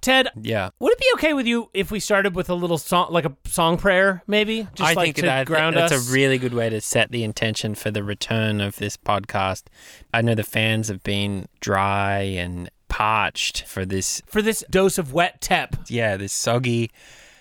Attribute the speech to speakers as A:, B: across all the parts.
A: Ted,
B: Yeah.
A: would it be okay with you if we started with a little song, like a song prayer, maybe? Just
B: I
A: like
B: think
A: to
B: that
A: ground
B: that's
A: us.
B: a really good way to set the intention for the return of this podcast. I know the fans have been dry and parched for this,
A: For this dose of wet tep,
B: yeah, this soggy,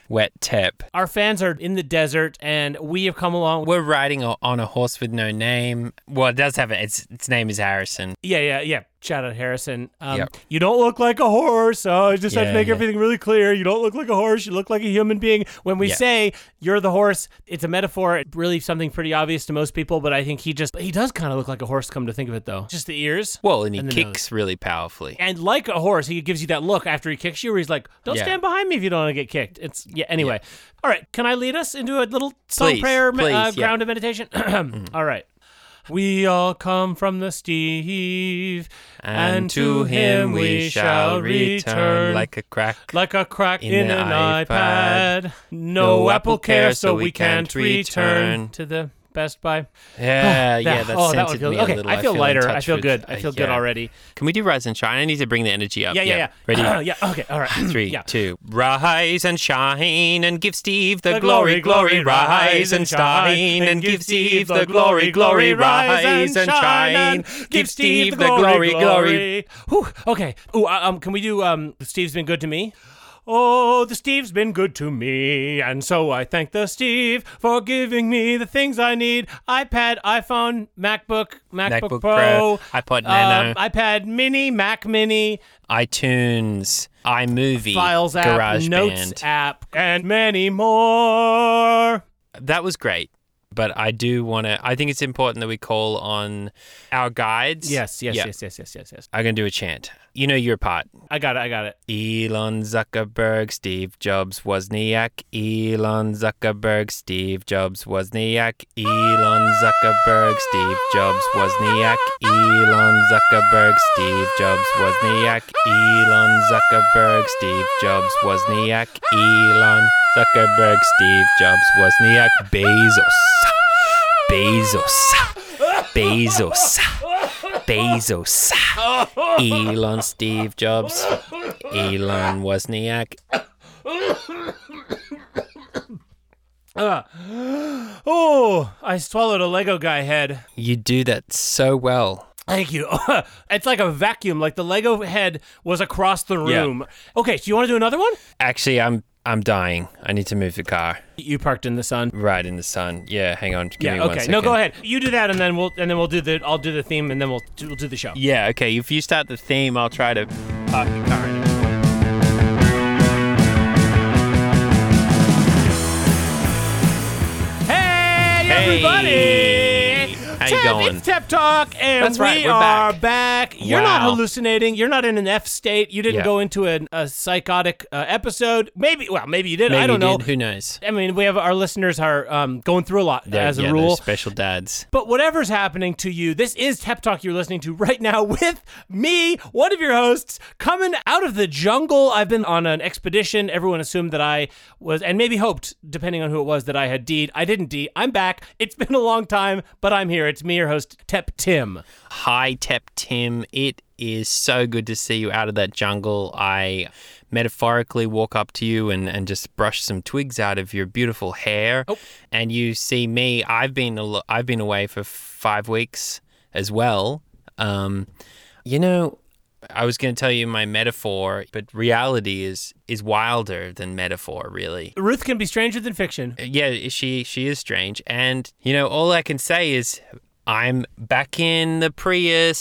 B: wet tep.
A: our fans are in the desert, and we have come along.
B: We're riding o- on a horse with no name. Well, it does have a, its its name is Harrison.
A: Yeah, yeah, yeah. Shout out Harrison. Um,
B: Yep.
A: You don't look like a horse. Oh, I just had to
B: Yeah,
A: make
B: yeah.
A: everything really clear. You don't look like a horse. You look like a human being. When we
B: Yeah.
A: say you're the horse, it's a metaphor. It's really something pretty obvious to most people, but I think he just, he does kind of look like a horse, come to think of it, though. Just the ears.
B: Well, and he
A: And the
B: kicks really powerfully.
A: And like a horse, he gives you that look after he kicks you, where he's like, don't
B: Yeah.
A: stand behind me if you don't want to get kicked. It's, yeah, anyway. All right. Can I lead us into a little song
B: Please,
A: prayer me- uh,
B: please, yeah.
A: grounded meditation? all right. We all come from the Steve,
B: And to him we shall return like a crack.
A: like a crack in,
B: in the
A: an iPad.
B: iPad.
A: No,
B: No
A: Apple
B: Apple Care,
A: Care, so
B: so
A: we
B: we
A: can't
B: can't
A: return
B: return.
A: to the Best Buy.
B: Yeah,
A: That-
B: yeah, that
A: oh, that one
B: centered
A: feels
B: me a
A: okay.
B: little.
A: I feel,
B: in
A: lighter. I
B: touch
A: feel
B: with-
A: good.
B: uh,
A: I feel good
B: yeah.
A: already.
B: Can we do rise and shine? I need to bring the energy up.
A: Yeah, yeah, yeah.
B: Ready?
A: yeah. Okay. All right.
B: Three,
A: Yeah.
B: two. Rise and shine and give Steve the, glory, glory. Rise and shine and give Steve the glory, glory. Rise and shine, give Steve the glory, glory.
A: Whew, okay. Ooh, uh, um, can we do um, Steve's been good to me? Oh, the Steve's been good to me, and so I thank the Steve for giving me the things I need: iPad, iPhone, MacBook, MacBook,
B: MacBook
A: Pro,
B: Pro, iPod
A: um,
B: Nano,
A: iPad Mini, Mac Mini,
B: iTunes, iMovie,
A: Files app,
B: GarageBand.
A: Notes app, and many more.
B: that was great. But I do want to. I think it's important that we call on our guides.
A: Yes, yes,
B: Yeah.
A: yes, yes, yes, yes, yes.
B: I'm gonna do a chant. You know your part.
A: I got it. I got it.
B: Elon Zuckerberg, Steve Jobs, Wozniak. Elon Zuckerberg, Steve Jobs, Wozniak. Elon Zuckerberg, Steve Jobs, Wozniak. Elon Zuckerberg, Steve Jobs, Wozniak. Elon Zuckerberg, Steve Jobs, Wozniak. Elon Zuckerberg, Steve Jobs, Wozniak. Bezos. Bezos. Bezos. Bezos. Elon Steve Jobs. Elon Wozniak.
A: Uh, Oh, I swallowed a Lego guy head.
B: You do that so well.
A: Thank you. it's like a vacuum. Like the Lego head was across the
B: Yeah.
A: room. Okay, so you want to do another one?
B: Actually, I'm I'm dying. I need to move the car.
A: You parked in the sun.
B: Right in the sun. Yeah, hang on. Give me
A: Yeah.
B: one
A: Okay.
B: second.
A: No, go ahead. You do that, and then we'll and then we'll do the I'll do the theme, and then we'll do, we'll do the show.
B: Yeah, okay. If you start the theme, I'll try to park the car in.
A: Hey,
B: Hey!
A: everybody!
B: How you
A: Tep,
B: going?
A: It's Tep Talk, and
B: That's right,
A: we
B: we're
A: are
B: back.
A: back. You're not
B: Wow.
A: hallucinating. You're not in an F state. You didn't
B: Yeah.
A: go into an, a psychotic uh, episode. Maybe, well, maybe you did.
B: Maybe
A: I
B: you
A: don't know.
B: did. Who knows?
A: I mean, we have our listeners are um, going through a lot
B: They're-
A: as a
B: yeah, they're
A: rule.
B: special dads.
A: But whatever's happening to you, this is Tep Talk you're listening to right now with me, one of your hosts, coming out of the jungle. I've been on an expedition. Everyone assumed that I was, and maybe hoped, depending on who it was, that I had D'd. I didn't D. I'm back. It's been a long time, but I'm here. It's me, your host, Tep Tim.
B: Hi, Tep Tim. It is so good to see you out of that jungle. I metaphorically walk up to you and, and just brush some twigs out of your beautiful hair. And you see me. I've been al- I've been away for five weeks as well. Um, you know, I was going to tell you my metaphor, but reality is is wilder than metaphor, really
A: Ruth can be stranger than fiction.
B: yeah, she she is strange, and you know all I can say is I'm back in the Prius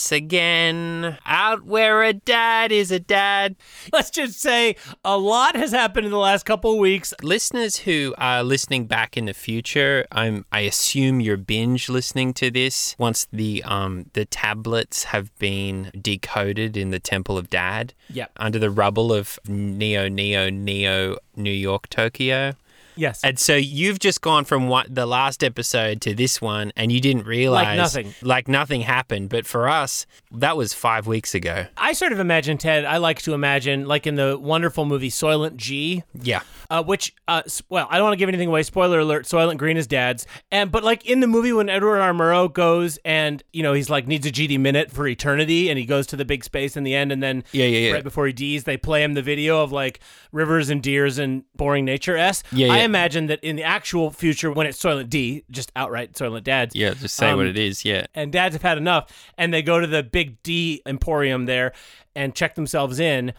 B: again, out where a dad is a dad.
A: Let's just say a lot has happened in the last couple of weeks.
B: Listeners who are listening back in the future, I'm I assume you're binge listening to this once the um the tablets have been decoded in the Temple of Dad.
A: Yep.
B: Under the rubble of Neo Neo Neo New York Tokyo.
A: Yes.
B: And so you've just gone from what the last episode to this one, and you didn't realize
A: nothing.
B: like nothing happened. But for us, that was five weeks ago.
A: I sort of imagine, Ted, I like to imagine, like in the wonderful movie Soylent G,
B: Yeah.
A: uh, which, uh, s- well, I don't want to give anything away. Spoiler alert: Soylent Green is dad's. And but like in the movie, when Edward R. Murrow goes and you know he's like needs a GD minute for eternity, and he goes to the big space in the end, and then
B: Yeah, yeah, yeah.
A: right before he D's, they play him the video of like rivers and deers and boring nature. S.
B: Yeah,
A: I
B: yeah.
A: imagine that in the actual future, when it's Soylent D, just outright Soylent Dad's.
B: Yeah. Just say what it is. Yeah.
A: and dads have had enough and they go to the big d emporium there and check themselves in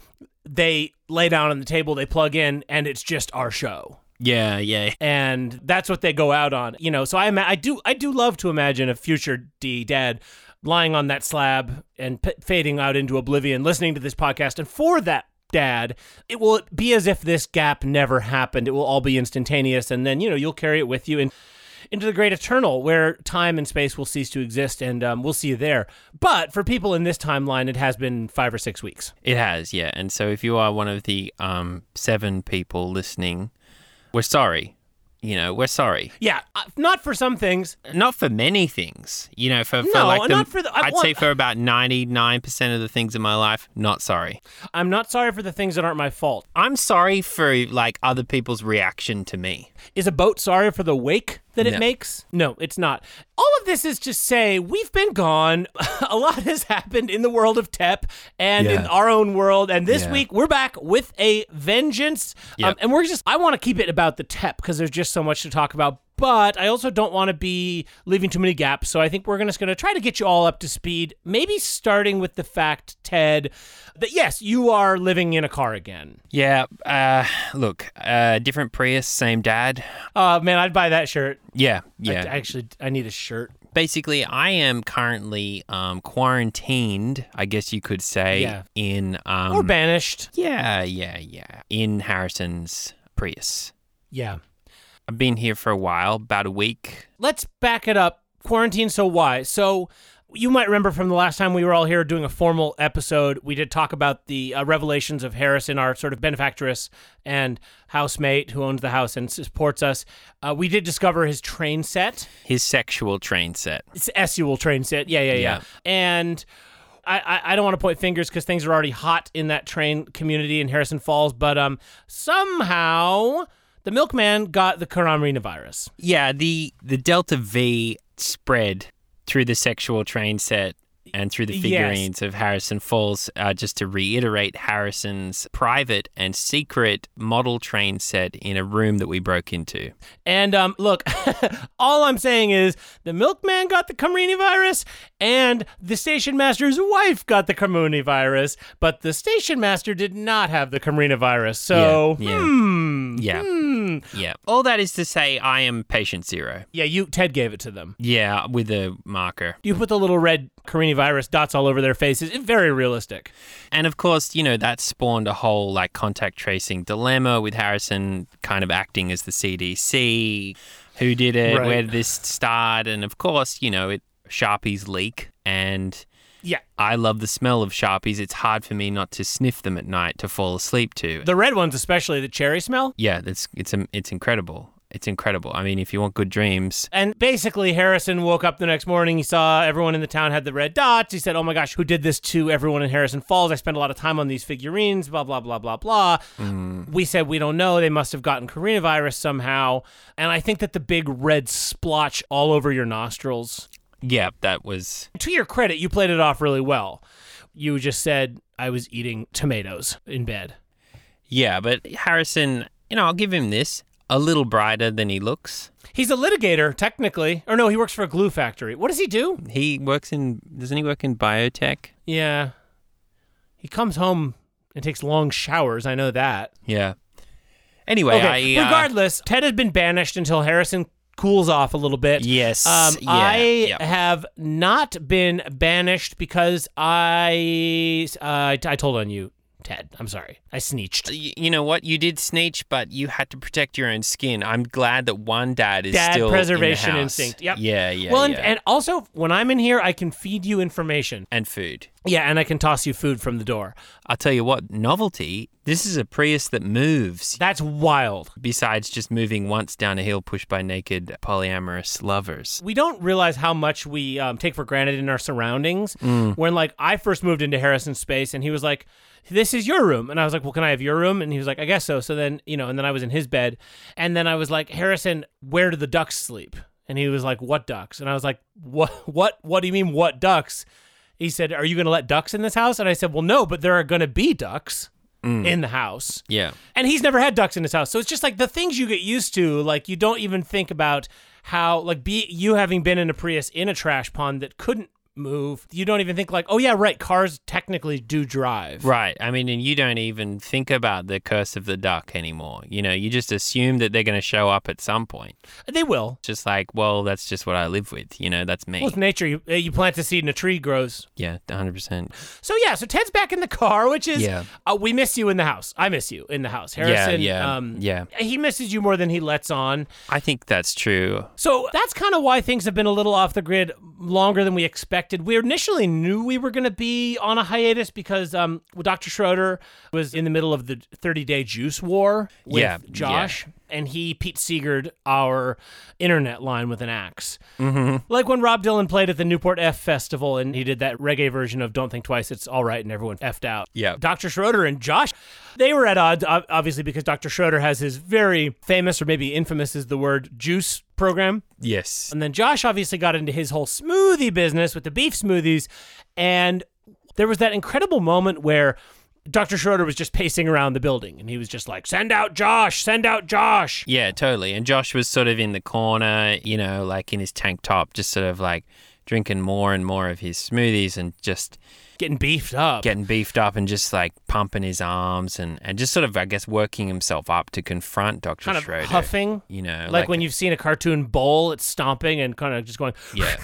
A: they lay down on the table they plug in and it's just our show
B: Yeah. Yeah.
A: and that's what they go out on you know so i ima- i do i do love to imagine a future d dad lying on that slab and p- fading out into oblivion listening to this podcast and for that dad it will be as if this gap never happened it will all be instantaneous and then you know you'll carry it with you and into the great eternal where time and space will cease to exist and um, we'll see you there but for people in this timeline it has been five or six weeks
B: It has, yeah. And so if you are one of the um, seven people listening, we're sorry. You know, we're sorry.
A: yeah uh, not for some things
B: Not for many things. You know, for, for
A: No,
B: like
A: not for the- I
B: I'd
A: want-
B: say for about ninety nine percent of the things in my life, not sorry.
A: i'm not sorry for the things that aren't my fault
B: I'm sorry for like other people's reaction to me.
A: Is a boat sorry for the wake that it
B: No.
A: makes? No, it's not. All of this is to say we've been gone. a lot has happened in the world of TEP and in
B: Yeah.
A: our own world. And this
B: Yeah.
A: week we're back with a vengeance. Um,
B: Yep.
A: and we're just, I want to keep it about the TEP because there's just so much to talk about. But I also don't want to be leaving too many gaps. So I think we're gonna- just going to try to get you all up to speed. Maybe starting with the fact, Ted, that yes, you are living in a car again.
B: Yeah, uh, look, uh, different Prius, same dad.
A: Uh, man, I'd buy that shirt.
B: Yeah,
A: I-
B: yeah.
A: I actually, I need a shirt.
B: basically I am currently um, quarantined, I guess you could say,
A: Yeah.
B: in um,
A: or banished.
B: Yeah, yeah, yeah. In Harrison's Prius.
A: Yeah.
B: I've been here for a while, about a week.
A: Let's back it up. Quarantine, so why? So you might remember from the last time we were all here doing a formal episode, we did talk about the uh, revelations of Harrison, our sort of benefactress and housemate who owns the house and supports us. Uh, we did discover his train set.
B: His sexual train set.
A: It's SUL train set. Yeah, yeah, yeah.
B: Yeah.
A: And I, I, I don't want to point fingers because things are already hot in that train community in Harrison Falls, but um somehow the milkman got the coronavirus.
B: Yeah, the the Delta V spread through the sexual train set and through the
A: Yes.
B: figurines of Harrison Falls. Uh, just to reiterate, Harrison's private and secret model train set in a room that we broke into.
A: And um, look, all I'm saying is the milkman got the Camerini virus, and the station master's wife got the Camerini virus, but the station master did not have the Camerini virus. So,
B: Yeah, yeah.
A: hmm,
B: Yeah.
A: hmm.
B: Yeah. All that is to say, I am patient zero.
A: yeah, you Ted gave it to them.
B: Yeah, with a marker.
A: You put the little red Carini virus dots all over their faces. It's very realistic.
B: And of course, you know, that spawned a whole like contact tracing dilemma with Harrison kind of acting as the CDC. Who did it?
A: Right.
B: Where did this start? And of course, you know, it Sharpies leak and
A: Yeah,
B: I love the smell of Sharpies. It's hard for me not to sniff them at night to fall asleep to.
A: the red ones especially, the cherry smell.
B: yeah, that's it's um, it's incredible. It's incredible. I mean, if you want good dreams,
A: And basically, Harrison woke up the next morning. He saw everyone in the town had the red dots. He said, Oh my gosh, who did this to everyone in Harrison Falls? I spent a lot of time on these figurines, blah, blah, blah, blah, blah. We said, We don't know. They must have gotten coronavirus somehow. And I think that the big red splotch all over your nostrils,
B: yeah, that was
A: to your credit, you played it off really well. You just said, I was eating tomatoes in bed.
B: yeah. But Harrison, you know, I'll give him this. A little brighter than he looks.
A: He's a litigator, technically. Or no, he works for a glue factory. What does he do?
B: He works in doesn't he work in biotech?
A: Yeah. He comes home and takes long showers. I know that.
B: Yeah. Anyway,
A: okay.
B: I uh,
A: Regardless, Ted has been banished until Harrison cools off a little bit.
B: Yes.
A: Um,
B: yeah,
A: I
B: yeah.
A: have not been banished because I, uh, I I told on you, Ted. I'm sorry. I sneeched.
B: Y- You know what? You did sneech, but you had to protect your own skin. I'm glad that one dad is
A: Dad
B: still in the
A: preservation
B: house.
A: instinct. Yep.
B: Yeah, yeah.
A: well, and,
B: yeah.
A: and also when I'm in here, I can feed you information.
B: and food.
A: Yeah, and I can toss you food from the door.
B: I'll tell you what, novelty. This is a Prius that moves.
A: That's wild.
B: Besides just moving once down a hill pushed by naked polyamorous lovers.
A: We don't realize how much we um, take for granted in our surroundings. When like I first moved into Harrison's space, and he was like, "This is your room," and I was like, "Well, can I have your room?" And he was like, "I guess so." So then you know, and then I was in his bed, and then I was like, "Harrison, where do the ducks sleep?" And he was like, "What ducks?" And I was like, "What? What? What do you mean, what ducks?" He said, "Are you going to let ducks in this house?" And I said, "Well, no, but there are going to be ducks in the house."
B: Yeah.
A: And he's never had ducks in his house. So it's just like the things you get used to, like you don't even think about how like be you having been in a Prius in a trash pond that couldn't move, you don't even think like, oh yeah, right, cars technically do drive.
B: Right. I mean, and you don't even think about the curse of the duck anymore. You know, you just assume that they're going to show up at some point.
A: They will.
B: Just like, well, that's just what I live with. You know, that's me.
A: Well, it's nature. You, uh, you plant a seed and a tree grows.
B: yeah, 100%.
A: So yeah, so Ted's back in the car, which is
B: Yeah.
A: uh, we miss you in the house. I miss you in the house. Harrison,
B: yeah, yeah,
A: um,
B: yeah.
A: he misses you more than he lets on.
B: I think that's true.
A: So that's kind of why things have been a little off the grid longer than we expected. We initially knew we were going to be on a hiatus because um, well, Dr. Schroeder was in the middle of the 30 day juice war with
B: Yeah,
A: Josh, and he Pete Seegered our internet line with an ax
B: Mm-hmm.
A: Like when Rob Dylan played at the Newport F Festival and he did that reggae version of Don't Think Twice, It's All Right, and everyone effed out.
B: Yeah.
A: Dr. Uh, Schroeder and Josh, they were at odds, ob- obviously, because Dr. Schroeder has his very famous, or maybe infamous is the word, juice program.
B: Yes.
A: And then Josh obviously got into his whole smoothie business with the beef smoothies. And there was that incredible moment where Dr. Schroeder was just pacing around the building and he was just like, send out Josh, send out Josh.
B: Yeah, totally. And Josh was sort of in the corner, you know, like in his tank top, just sort of like drinking more and more of his smoothies and just
A: Getting beefed up.
B: getting beefed up and just like pumping his arms and, and just sort of, I guess, working himself up to confront Dr.
A: kind of
B: Schroeder.
A: huffing.
B: You know,
A: Like, when you've seen a cartoon bowl, it's stomping and kind of just going,
B: Yeah.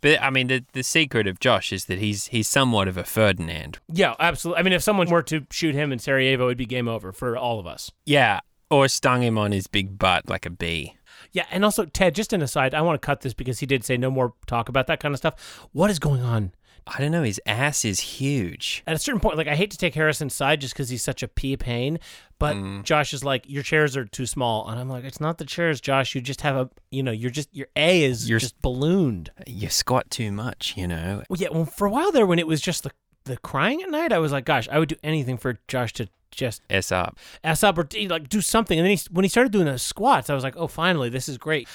B: but I mean, the, the secret of Josh is that he's he's somewhat of a Ferdinand.
A: yeah, absolutely. I mean, if someone were to shoot him in Sarajevo, it'd be game over for all of us.
B: Yeah. Or stung him on his big butt like a bee.
A: Yeah, and also Ted, just an aside, I want to cut this because he did say no more talk about that kind of stuff. What is going on?
B: I don't know. His ass is huge.
A: At a certain point, like I hate to take Harrison's side just because he's such a pea pain, but Josh is like, your chairs are too small, and I'm like, it's not the chairs, Josh. You just have a, you know, you're just your A is
B: You're-
A: just ballooned.
B: You squat too much, you know.
A: Well, yeah, well, for a while there, when it was just the the crying at night, I was like, gosh, I would do anything for Josh to just
B: S up.
A: ass up or like do something. And then he, when he started doing those squats, I was like, oh, finally, this is great.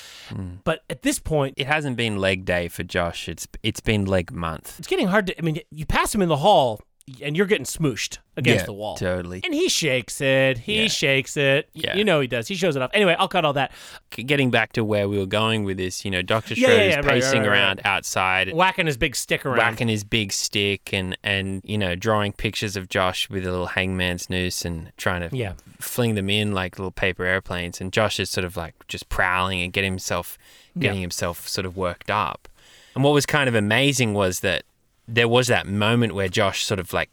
A: But at this point,
B: it hasn't been leg day for Josh. It's it's been leg month.
A: it's getting hard to. I mean, you pass him in the hall, and you're getting smooshed against
B: Yeah,
A: the wall.
B: Totally.
A: And he shakes it. He
B: Yeah.
A: shakes it. Y-
B: Yeah.
A: You know he does. He shows it off. Anyway, I'll cut all that.
B: C- Getting back to where we were going with this, you know, Doctor
A: Yeah, yeah,
B: Schroeder's
A: yeah, right, right,
B: pacing
A: right, right.
B: around outside,
A: Whacking his big stick around.
B: whacking his big stick, and and you know, drawing pictures of Josh with a little hangman's noose and trying to
A: Yeah.
B: fling them in like little paper airplanes. And Josh is sort of like just prowling and getting himself getting himself sort of worked up. And what was kind of amazing was that there was that moment where Josh sort of like,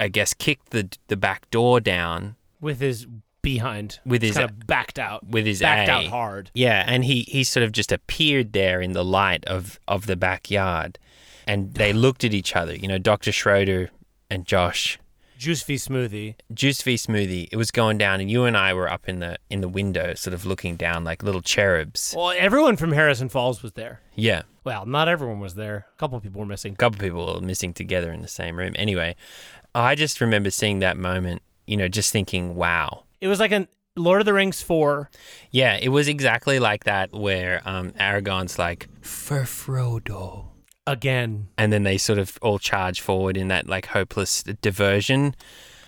B: I guess, kicked the the back door down
A: with his behind.
B: With his-
A: kind of backed out.
B: with his
A: backed
B: A.
A: out hard.
B: Yeah, and he he sort of just appeared there in the light of of the backyard, and they looked at each other. You know, Doctor Schroeder and Josh.
A: Juice V smoothie.
B: Juice V smoothie. It was going down, and you and I were up in the in the window, sort of looking down like little cherubs.
A: Well, everyone from Harrison Falls was there.
B: Yeah,
A: Well, not everyone was there. A couple people were missing.
B: a couple people were missing together in the same room. Anyway, I just remember seeing that moment. You know, just thinking, wow,
A: It was like an Lord of the Rings four.
B: Yeah, it was exactly like that where um, Aragon's like, for Frodo.
A: again.
B: And then they sort of all charge forward in that like hopeless diversion.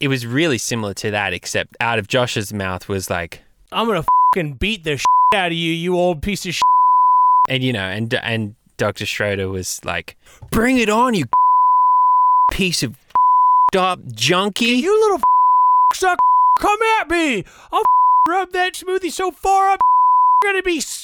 B: It was really similar to that, except out of Josh's mouth was like,
A: I'm gonna fucking beat the shit out of you, you old piece of shit.
B: and you know, and and Dr. Schroeder was like, bring it on, you piece of up junkie.
A: You little f- suck, come at me! I'll f- rub that smoothie so far I'm gonna be s-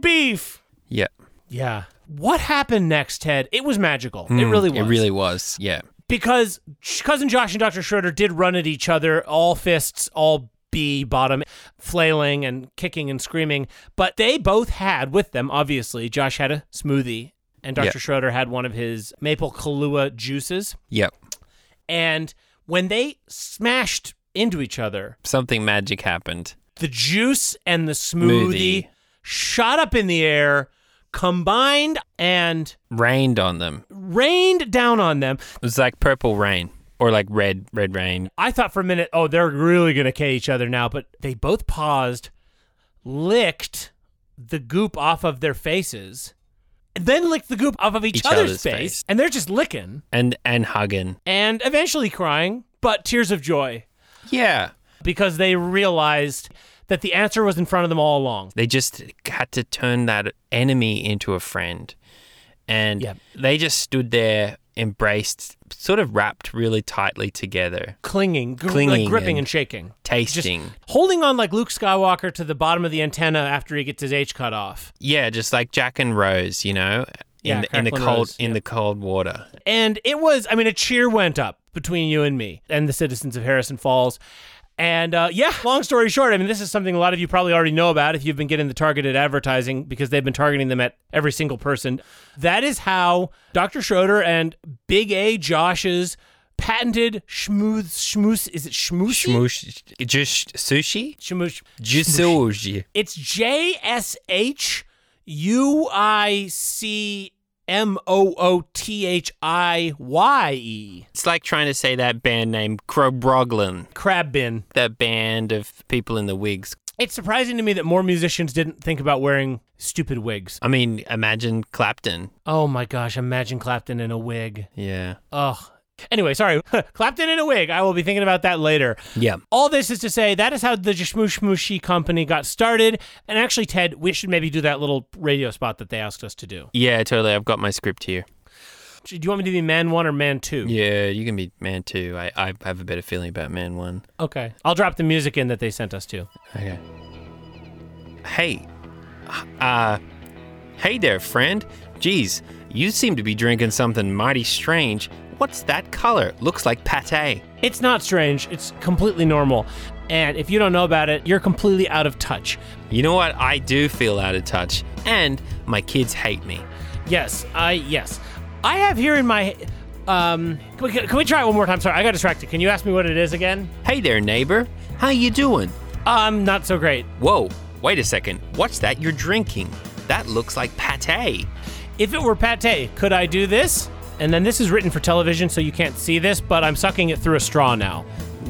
A: beef.
B: Yeah,
A: Yeah. What happened next, Ted? It was magical. it
B: Mm,
A: really was.
B: It really was. Yeah.
A: because cousin Josh and Dr. Schroeder did run at each other, all fists, all B bottom, flailing and kicking and screaming. But they both had with them, obviously, Josh had a smoothie and Dr.
B: Yeah.
A: Schroeder had one of his maple Kahlua juices.
B: Yep.
A: And when they smashed into each other,
B: Something magic happened.
A: the juice and the smoothie
B: Smoothie.
A: shot up in the air, combined and
B: Rained on them.
A: rained down on them.
B: It was like purple rain or like red red rain.
A: I thought for a minute, oh, they're really going to K each other now, but they both paused, licked the goop off of their faces, and then licked the goop off of each,
B: Each
A: other's,
B: other's
A: face,
B: face.
A: and they're just licking
B: And and hugging.
A: and eventually crying, but tears of joy
B: Yeah.
A: because they realized that the answer was in front of them all along.
B: They just had to turn that enemy into a friend. And
A: Yep.
B: they just stood there, embraced, sort of wrapped really tightly together,
A: Clinging, gr-
B: Clinging
A: like gripping and,
B: and-
A: shaking. Just
B: tasting.
A: holding on like Luke Skywalker to the bottom of the antenna after he gets his H cut off.
B: yeah, just like Jack and Rose, you know,
A: Yeah,
B: in, the in the
A: Crackle and
B: cold
A: Rose,
B: in the cold water.
A: And it was, I mean, a cheer went up between you and me and the citizens of Harrison Falls. And uh, yeah, long story short, I mean, this is something a lot of you probably already know about if you've been getting the targeted advertising because they've been targeting them at every single person. That is how Dr. Schroeder and Big A Josh's patented schmooze, schmooze, is it schmooze?
B: Shmoosh, just sushi,
A: Schmooze.
B: just sushi.
A: It's J S H U I C M O O T H I Y E.
B: It's like trying to say that band name, Crobroglin,
A: Crab bin.
B: that band of people in the wigs.
A: It's surprising to me that more musicians didn't think about wearing stupid wigs.
B: I mean, imagine Clapton.
A: Oh my gosh, imagine Clapton in a wig.
B: Yeah.
A: Ugh. Anyway, sorry. Clapton in a wig. I will be thinking about that later.
B: Yeah.
A: All this is to say that is how the Jishmoosh Mooshi company got started. And actually, Ted, we should maybe do that little radio spot that they asked us to do.
B: Yeah, totally. I've got my script here.
A: Do you want me to be man one or man two?
B: Yeah, you can be man two. I, I have a better feeling about man one.
A: Okay. I'll drop the music in that they sent us to.
B: Okay. Hey. Uh Hey there, friend. Geez, you seem to be drinking something mighty strange. What's that color? Looks like pate.
A: It's not strange, it's completely normal. And if you don't know about it, you're completely out of touch.
B: You know what? I do feel out of touch, and my kids hate me.
A: Yes, I yes. I have here in my um can we, can we try it one more time? Sorry, I got distracted. Can you ask me what it is again?
B: Hey there, neighbor. How you doing?
A: Um not so great.
B: Whoa, wait a second. What's that you're drinking? That looks like pate.
A: If it were pate, could I do this? And then this is written for television so you can't see this, but I'm sucking it through a straw now.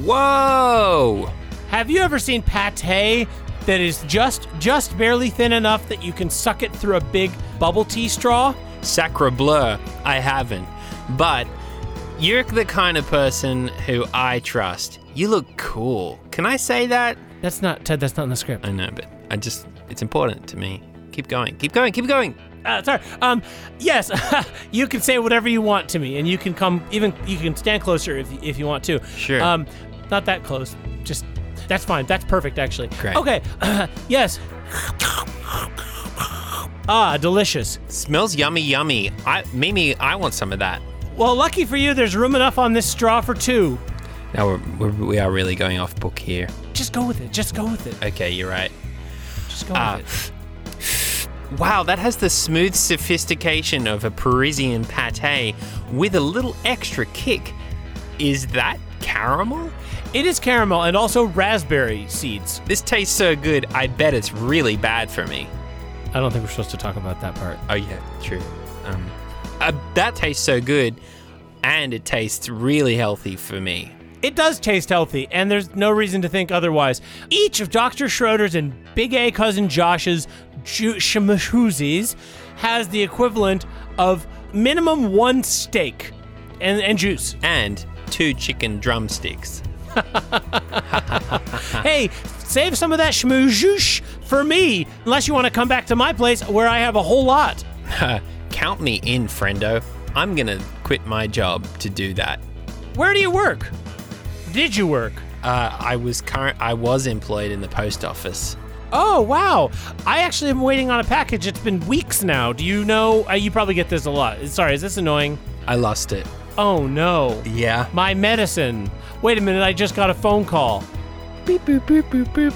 B: Whoa!
A: Have you ever seen pate that is just just barely thin enough that you can suck it through a big bubble tea straw?
B: Sacre bleu, I haven't. But you're the kind of person who I trust. You look cool. Can I say that?
A: That's not Ted. That's not in the script.
B: I know, but I just, it's important to me. Keep going, keep going, keep going.
A: Uh, sorry. Um, yes, you can say whatever you want to me, and you can come even. You can stand closer if if you want to.
B: Sure.
A: Um, not that close. Just that's fine. That's perfect, actually.
B: Great.
A: Okay. yes. Ah, delicious.
B: Smells yummy, yummy. I, Mimi, I want some of that.
A: Well, lucky for you, there's room enough on this straw for two.
B: Now we're, we're, we are really going off book here.
A: Just go with it. Just go with it.
B: Okay, you're right.
A: Just go
B: Ah.
A: with it.
B: Wow, that has the smooth sophistication of a Parisian pate with a little extra kick. Is that caramel?
A: It is caramel and also raspberry seeds.
B: This tastes so good, I bet it's really bad for me.
A: I don't think we're supposed to talk about that part.
B: Oh, yeah, true. Um, uh, that tastes so good, and it tastes really healthy for me.
A: It does taste healthy, and there's no reason to think otherwise. Each of Dr. Schroeder's and Big A cousin Josh's ju- shmoozies has the equivalent of minimum one steak and, and juice.
B: And two chicken drumsticks.
A: hey, save some of that shmoozoosh for me, unless you want to come back to my place where I have a whole lot.
B: Count me in, friendo. I'm gonna quit my job to do that.
A: Where do you work? Did you work?
B: Uh, I was current. I was employed in the post office.
A: Oh, wow. I actually am waiting on a package. It's been weeks now. Do you know? Uh, you probably get this a lot. Sorry, is this annoying?
B: I lost it.
A: Oh no.
B: Yeah.
A: My medicine. Wait a minute, I just got a phone call.
B: Beep boop boop boop boop.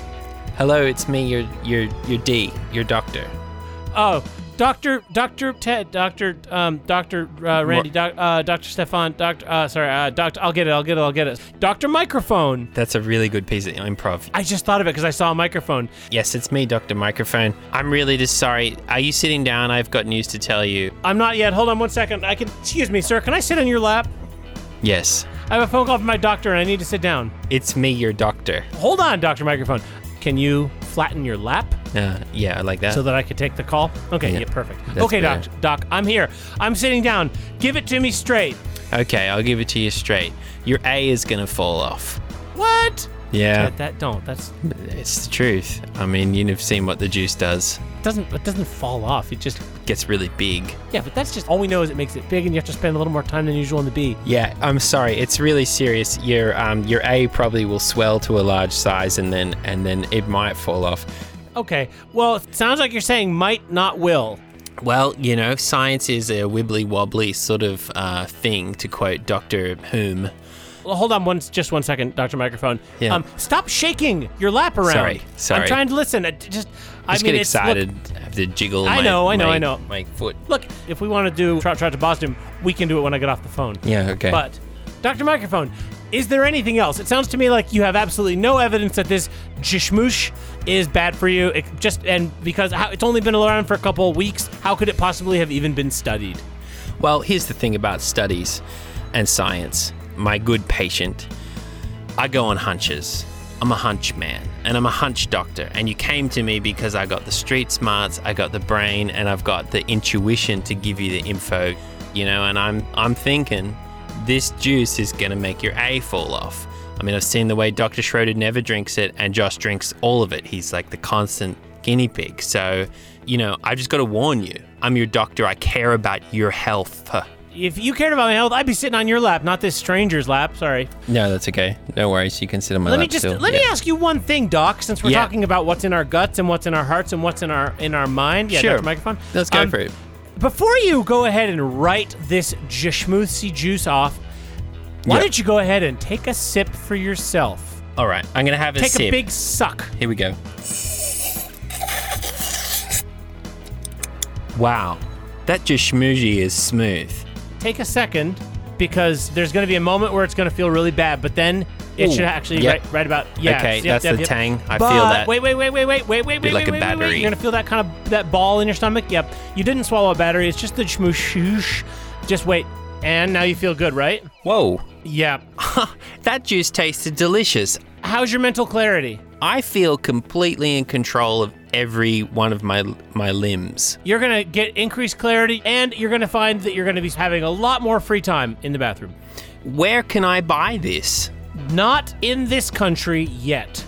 B: Hello, it's me, your your your D, your doctor.
A: Oh, Doctor, Doctor Ted, Doctor, um, Doctor uh, Randy, doc, uh, Doctor Stefan, Doctor. Uh, sorry, uh, Doctor. I'll get it. I'll get it. I'll get it. Doctor Microphone.
B: That's a really good piece of improv.
A: I just thought of it because I saw a microphone.
B: Yes, it's me, Doctor Microphone. I'm really just sorry. Are you sitting down? I've got news to tell you.
A: I'm not yet. Hold on one second. I can. Excuse me, sir. Can I sit on your lap?
B: Yes,
A: I have a phone call from my doctor, and I need to sit down.
B: it's me, your doctor.
A: Hold on, Doctor Microphone. Can you flatten your lap?
B: Uh, yeah, I like that.
A: so that I could take the call? Okay, yeah,
B: Yeah.
A: perfect.
B: That's
A: okay, doc,
B: better.
A: doc, I'm here. I'm sitting down. Give it to me straight.
B: okay, I'll give it to you straight. Your A is gonna fall off.
A: What?
B: Yeah,
A: That, that don't. That's
B: it's the truth. I mean, you've seen what the juice does.
A: doesn't. It doesn't fall off. It just.
B: Gets really big.
A: Yeah, but that's just all we know is it makes it big, and you have to spend a little more time than usual on the B.
B: Yeah, I'm sorry. It's really serious. Your um, your A probably will swell to a large size, and then and then it might fall off.
A: Okay. Well, it sounds like you're saying might not will.
B: Well, you know, science is a wibbly wobbly sort of uh, thing, to quote Doctor Whom.
A: Well, hold on, one just one second, Doctor Microphone.
B: Yeah.
A: Um, stop shaking your lap around.
B: Sorry,
A: I'm
B: sorry.
A: trying to listen. I just. I
B: Just
A: mean,
B: get
A: it's, look-
B: excited. have to jiggle.
A: I
B: my-
A: know, I know,
B: my-
A: I know.
B: My foot.
A: Look, if we want to do Trot Trot to Boston, we can do it when I get off the phone.
B: Yeah. Okay.
A: But, Dr. Microphone, is there anything else? It sounds to me like you have absolutely no evidence that this jishmoosh is bad for you. It just and because how, it's only been around for a couple of weeks, how could it possibly have even been studied?
B: Well, here's the thing about studies and science. My good patient, I go on hunches. I'm a hunch man and I'm a hunch doctor. And you came to me because I got the street smarts, I got the brain, and I've got the intuition to give you the info, you know, and I'm I'm thinking this juice is gonna make your A fall off. I mean I've seen the way Dr. Schroeder never drinks it and Josh drinks all of it. He's like the constant guinea pig. So, you know, I've just gotta warn you. I'm your doctor, I care about your health.
A: If you cared about my health, I'd be sitting on your lap, not this stranger's lap. Sorry.
B: No, that's okay. No worries. You can sit on my
A: let me just let me ask you one thing, Doc. Since we're
B: Yeah.
A: talking about what's in our guts and what's in our hearts and what's in our in our mind, yeah,
B: Sure.
A: Dr. Microphone.
B: Let's go
A: Um,
B: for it.
A: Before you go ahead and write this jishmoothsy juice off, why
B: Yeah.
A: don't you go ahead and take a sip for yourself?
B: All right, I'm gonna have a
A: Take
B: sip.
A: a big suck.
B: Here we go. Wow, that jishmooji is smooth.
A: Take a second because there's going to be a moment where it's going to feel really bad, but then it
B: Ooh,
A: should actually
B: yep.
A: right, right about yeah.
B: Okay,
A: yep,
B: that's
A: yep,
B: the
A: yep.
B: tang. I
A: But-
B: feel that.
A: Wait, wait, wait, wait, wait, wait, wait, wait,
B: like
A: wait, wait, wait,
B: a
A: wait.
B: battery.
A: You're gonna feel that kind of that ball in your stomach. Yep. You didn't swallow a battery. It's just the shmoosh. Just wait, and now you feel good, right?
B: Whoa,
A: Yeah.
B: that juice tasted delicious.
A: How's your mental clarity?
B: I feel completely in control of every one of my my limbs.
A: You're gonna get increased clarity, and you're gonna find that you're gonna be having a lot more free time in the bathroom.
B: Where can I buy this?
A: Not in this country yet,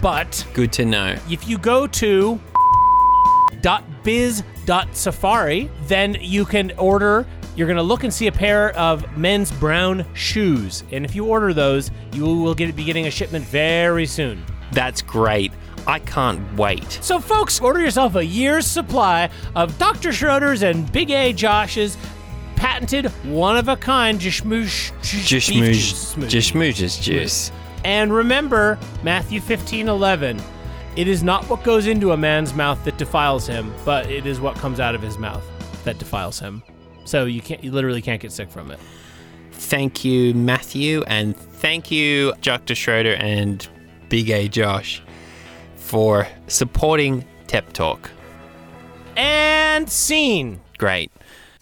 A: but
B: Good to know.
A: if you go to .biz.safari, then you can order. You're going to look and see a pair of men's brown shoes. And if you order those, you will get, be getting a shipment very soon.
B: That's great. I can't wait.
A: So, folks, order yourself a year's supply of Dr. Schroeder's and Big A Josh's patented one of a kind Jishmoosh. Jish- beef juice
B: Jishmooji,
A: smoothie.
B: jishmooji's juice.
A: And remember, Matthew 15 11, it is not what goes into a man's mouth that defiles him, but it is what comes out of his mouth that defiles him. So you can't, you literally can't get sick from it.
B: Thank you, Matthew, and thank you, Dr. Schroeder and Big A Josh, for supporting Tep Talk.
A: And scene.
B: Great.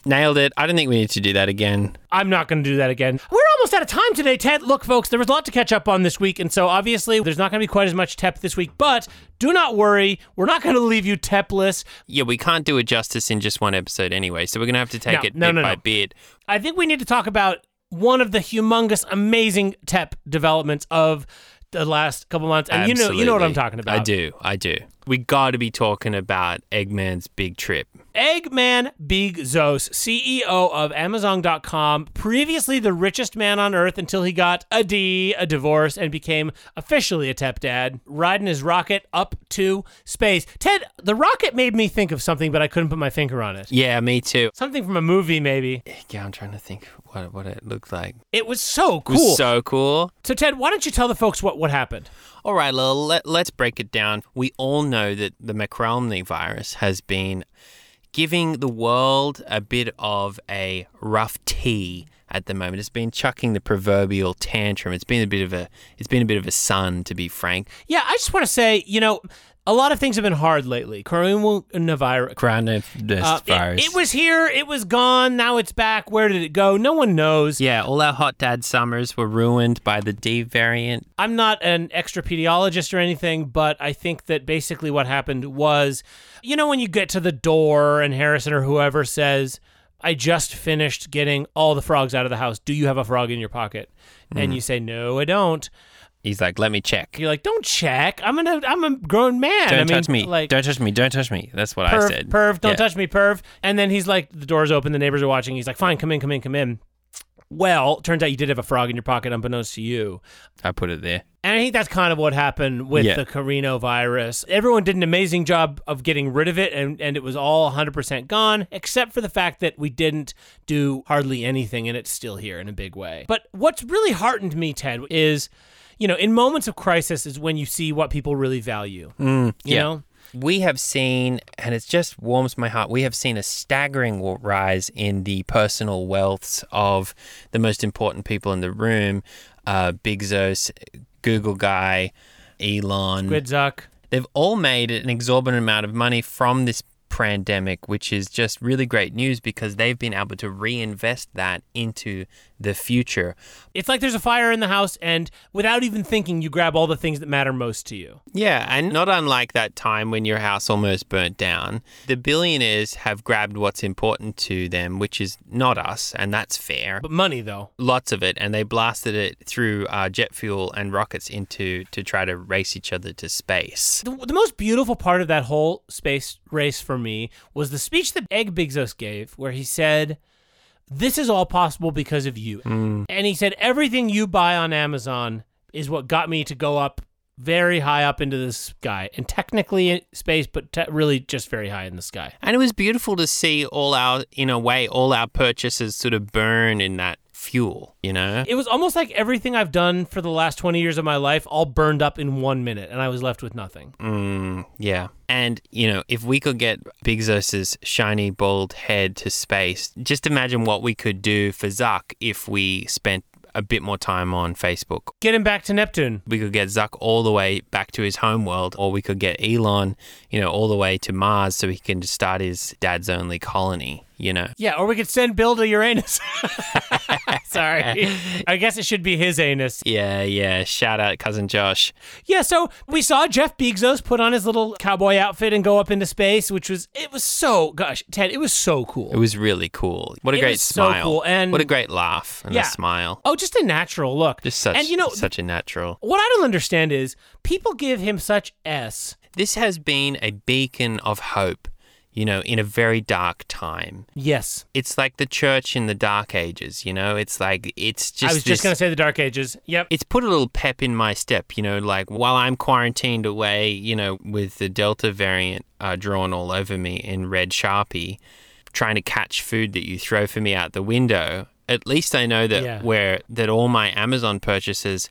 B: Nailed it. I don't think we need to do that again.
A: I'm not going to do that again. We're almost out of time today, Ted. Look, folks, there was a lot to catch up on this week, and so obviously there's not going to be quite as much TEP this week, but do not worry. We're not going to leave you TEPless.
B: Yeah, we can't do it justice in just one episode anyway, so we're going to have to take
A: No,
B: it
A: no,
B: bit
A: no,
B: by
A: no.
B: bit.
A: I think we need to talk about one of the humongous, amazing TEP developments of the last couple months. And you know, you know what I'm
B: Absolutely.
A: talking about.
B: I do. I do. we got to be talking about Eggman's big trip.
A: Eggman Bezos, CEO E of Amazon.com, previously the richest man on earth until he got a D, a divorce, and became officially a stepdad, riding his rocket up to space. Ted, the rocket made me think of something, but I couldn't put my finger on it.
B: Yeah, me too.
A: Something from a movie, maybe.
B: Yeah, I'm trying to think what what it looked like.
A: It was so
B: It was
A: cool.
B: so cool.
A: so, Ted, why don't you tell the folks what, what happened?
B: All right, Lil, let, let's break it down. We all know that the McRomney virus has been giving the world a bit of a rough tea at the moment. It's been chucking the proverbial tantrum. It's been a bit of a it's been a bit of a sun, to be frank.
A: Yeah, I just want to say, you know, a lot of things have been hard lately. Coronavirus.
B: Coronavirus
A: Uh, it, it was here, it was gone, now it's back. Where did it go? No one knows.
B: yeah, all our hot dad summers were ruined by the D variant.
A: I'm not an extra pediologist or anything, but I think that basically what happened was, you know, when you get to the door and Harrison or whoever says, I just finished getting all the frogs out of the house. Do you have a frog in your pocket? And
B: Hmm.
A: you say, No, I don't.
B: He's like, "Let me check.
A: You're like, Don't check. I'm an I'm a grown man.
B: Don't
A: I mean,
B: touch me.
A: Like,
B: don't touch me. Don't touch me." That's what
A: perv,
B: I said.
A: perv, don't
B: Yeah.
A: touch me, perv. And then he's like, the door's open, the neighbors are watching. He's like, fine, come in, come in, come in. Well, turns out you did have a frog in your pocket, unbeknownst to you.
B: I put it there.
A: And I think that's kind of what happened with
B: Yeah.
A: the Carino virus. Everyone did an amazing job of getting rid of it, and, and it was all 100% gone, except for the fact that we didn't do hardly anything, and it's still here in a big way. But what's really heartened me, Ted, is, you know, in moments of crisis is when you see what people really value. you
B: Mm, yeah.
A: know?
B: We have seen, and it just warms my heart, we have seen a staggering wa- rise in the personal wealths of the most important people in the room uh, Big Zos, Google Guy, Elon.
A: Good Zuck.
B: They've all made an exorbitant amount of money from this pandemic, which is just really great news because they've been able to reinvest that into the future.
A: It's like there's a fire in the house, and without even thinking, you grab all the things that matter most to you.
B: Yeah, and not unlike that time when your house almost burnt down, the billionaires have grabbed what's important to them, which is not us, and that's fair.
A: But money, though.
B: Lots of it, and they blasted it through uh, jet fuel and rockets into to try to race each other to space.
A: The, the most beautiful part of that whole space race for me was the speech that Egg Bigzos gave, where he said, This is all possible because of you. And he said, Everything you buy on Amazon is what got me to go up very high up into the sky, and technically in space, but te- really just very high in the sky.
B: And it was beautiful to see all our, in a way, all our purchases sort of burn in that fuel, you know?
A: It was almost like everything I've done for the last 20 years of my life all burned up in one minute, and I was left with nothing.
B: Mm, yeah. And, you know, if we could get Big Zos's shiny bald head to space, just imagine what we could do for Zuck if we spent a bit more time on Facebook.
A: Get him back to Neptune.
B: We could get Zuck all the way back to his homeworld, or we could get Elon, you know, all the way to Mars so he can just start his dad's only colony, you know?
A: Yeah, or we could send Bill to Uranus. Sorry. I guess it should be his anus.
B: Yeah, yeah. Shout out, cousin Josh.
A: Yeah, so we saw Jeff Bezos put on his little cowboy outfit and go up into space, which was it was so gosh, Ted, it was so cool.
B: It was really cool. What a
A: It
B: great
A: was so
B: smile.
A: cool, and-
B: what a great laugh and
A: Yeah.
B: a smile.
A: oh, just a natural look.
B: Just such,
A: and you know
B: such a natural.
A: what I don't understand is people give him such s.
B: This has been a beacon of hope, you know, in a very dark time.
A: Yes,
B: It's like the church in the dark ages, you know? It's like, it's just.
A: I was
B: this-
A: just gonna say the Dark Ages. Yep.
B: It's put a little pep in my step, you know, like while I'm quarantined away, you know, with the Delta variant uh, drawn all over me in red Sharpie, trying to catch food that you throw for me out the window. At least I know that
A: Yeah.
B: where that all my Amazon purchases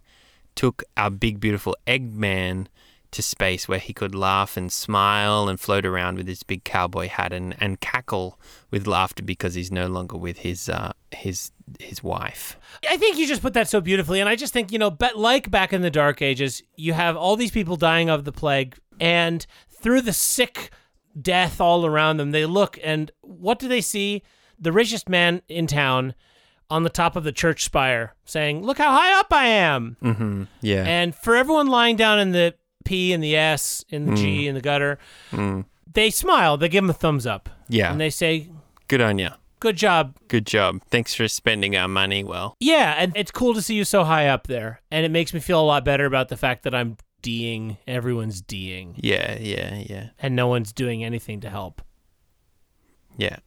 B: took our big beautiful Eggman to space where he could laugh and smile and float around with his big cowboy hat and, and cackle with laughter because he's no longer with his uh, his his wife.
A: I think you just put that so beautifully, and I just think you know, but like back in the Dark Ages, you have all these people dying of the plague, and through the sick death all around them, they look and what do they see? The richest man in town on the top of the church spire, saying, "Look how high up I am!"
B: Mm-hmm. Yeah.
A: And for everyone lying down in the P and the S and the G and the gutter, they smile. They give him a thumbs up,
B: yeah.
A: and they say,
B: Good on you.
A: "Good job,
B: Good job. Thanks for spending our money well.
A: Yeah, and it's cool to see you so high up there. And it makes me feel a lot better about the fact that I'm D'ing. Everyone's D'ing.
B: Yeah, yeah, yeah,
A: And no one's doing anything to help.
B: yeah.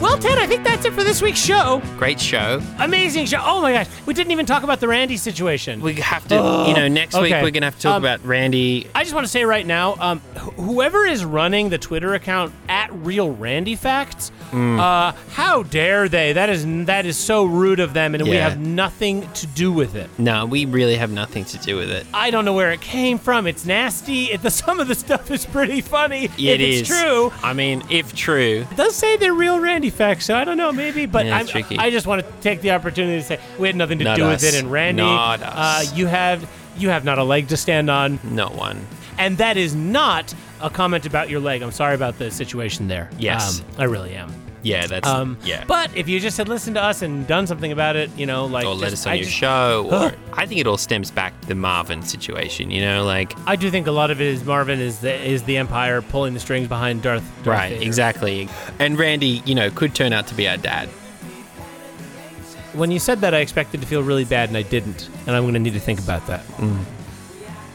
A: Well, Ted, I think that's it for this week's show.
B: Great show.
A: Amazing show. Oh my gosh. We didn't even talk about the Randy situation.
B: We have to, you know, next week
A: Oh, okay.
B: we're going to have to talk
A: Um,
B: about Randy.
A: I just want to say right now, um, wh- whoever is running the Twitter account at Real Randy Facts, uh, how dare they? That is that is so rude of them, and we
B: Yeah.
A: have nothing to do with it.
B: No, we really have nothing to do with it.
A: I don't know where it came from. It's nasty. It, the some of the stuff is pretty funny. if
B: It
A: it's
B: is
A: true.
B: I mean, if true,
A: It does say they're real Randy facts, so I don't know, maybe. But
B: Yeah,
A: I'm,
B: it's tricky.
A: I just want to take the opportunity to say we had nothing to
B: Not
A: do
B: us.
A: with it. And Randy,
B: Not us.
A: Uh, you have you have not a leg to stand on,
B: not one.
A: and that is not a comment about your leg. I'm sorry about the situation there.
B: Yes.
A: um, I really am.
B: Yeah, that's
A: Um,
B: yeah.
A: But if you just had listened to us and done something about it, you know, like
B: or let
A: just-
B: us on
A: I
B: your
A: just-
B: show. Or I think it all stems back to the Marvin situation. You know, like
A: I do think a lot of it is Marvin is the is the Empire pulling the strings behind Darth. Darth
B: right,
A: Vader.
B: exactly. And Randy, you know, could turn out to be our dad.
A: When you said that, I expected to feel really bad, and I didn't. And I'm going to need to think about that.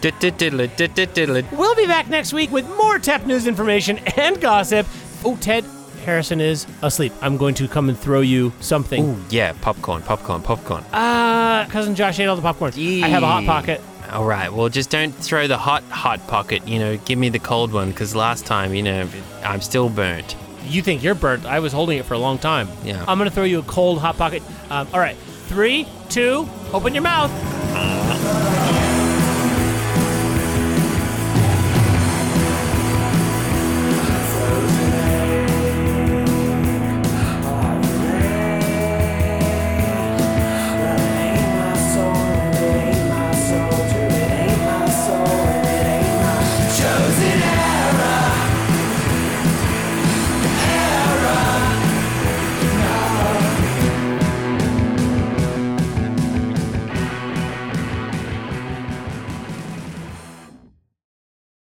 B: Diddle-diddle, diddle-diddle.
A: We'll be back next week with more tap news information and gossip. Oh, Ted Harrison is asleep. I'm going to come and throw you something.
B: Ooh, yeah, popcorn, popcorn, popcorn.
A: Uh, cousin Josh ate all the popcorn. I have a hot
B: Yee.
A: pocket.
B: All right, well, just don't throw the hot, hot pocket. You know, give me the cold one because last time, you know, I'm still burnt.
A: You think you're burnt? I was holding it for a long time.
B: Yeah.
A: I'm going to throw you a cold hot pocket. Um, all right, three, two, open your mouth.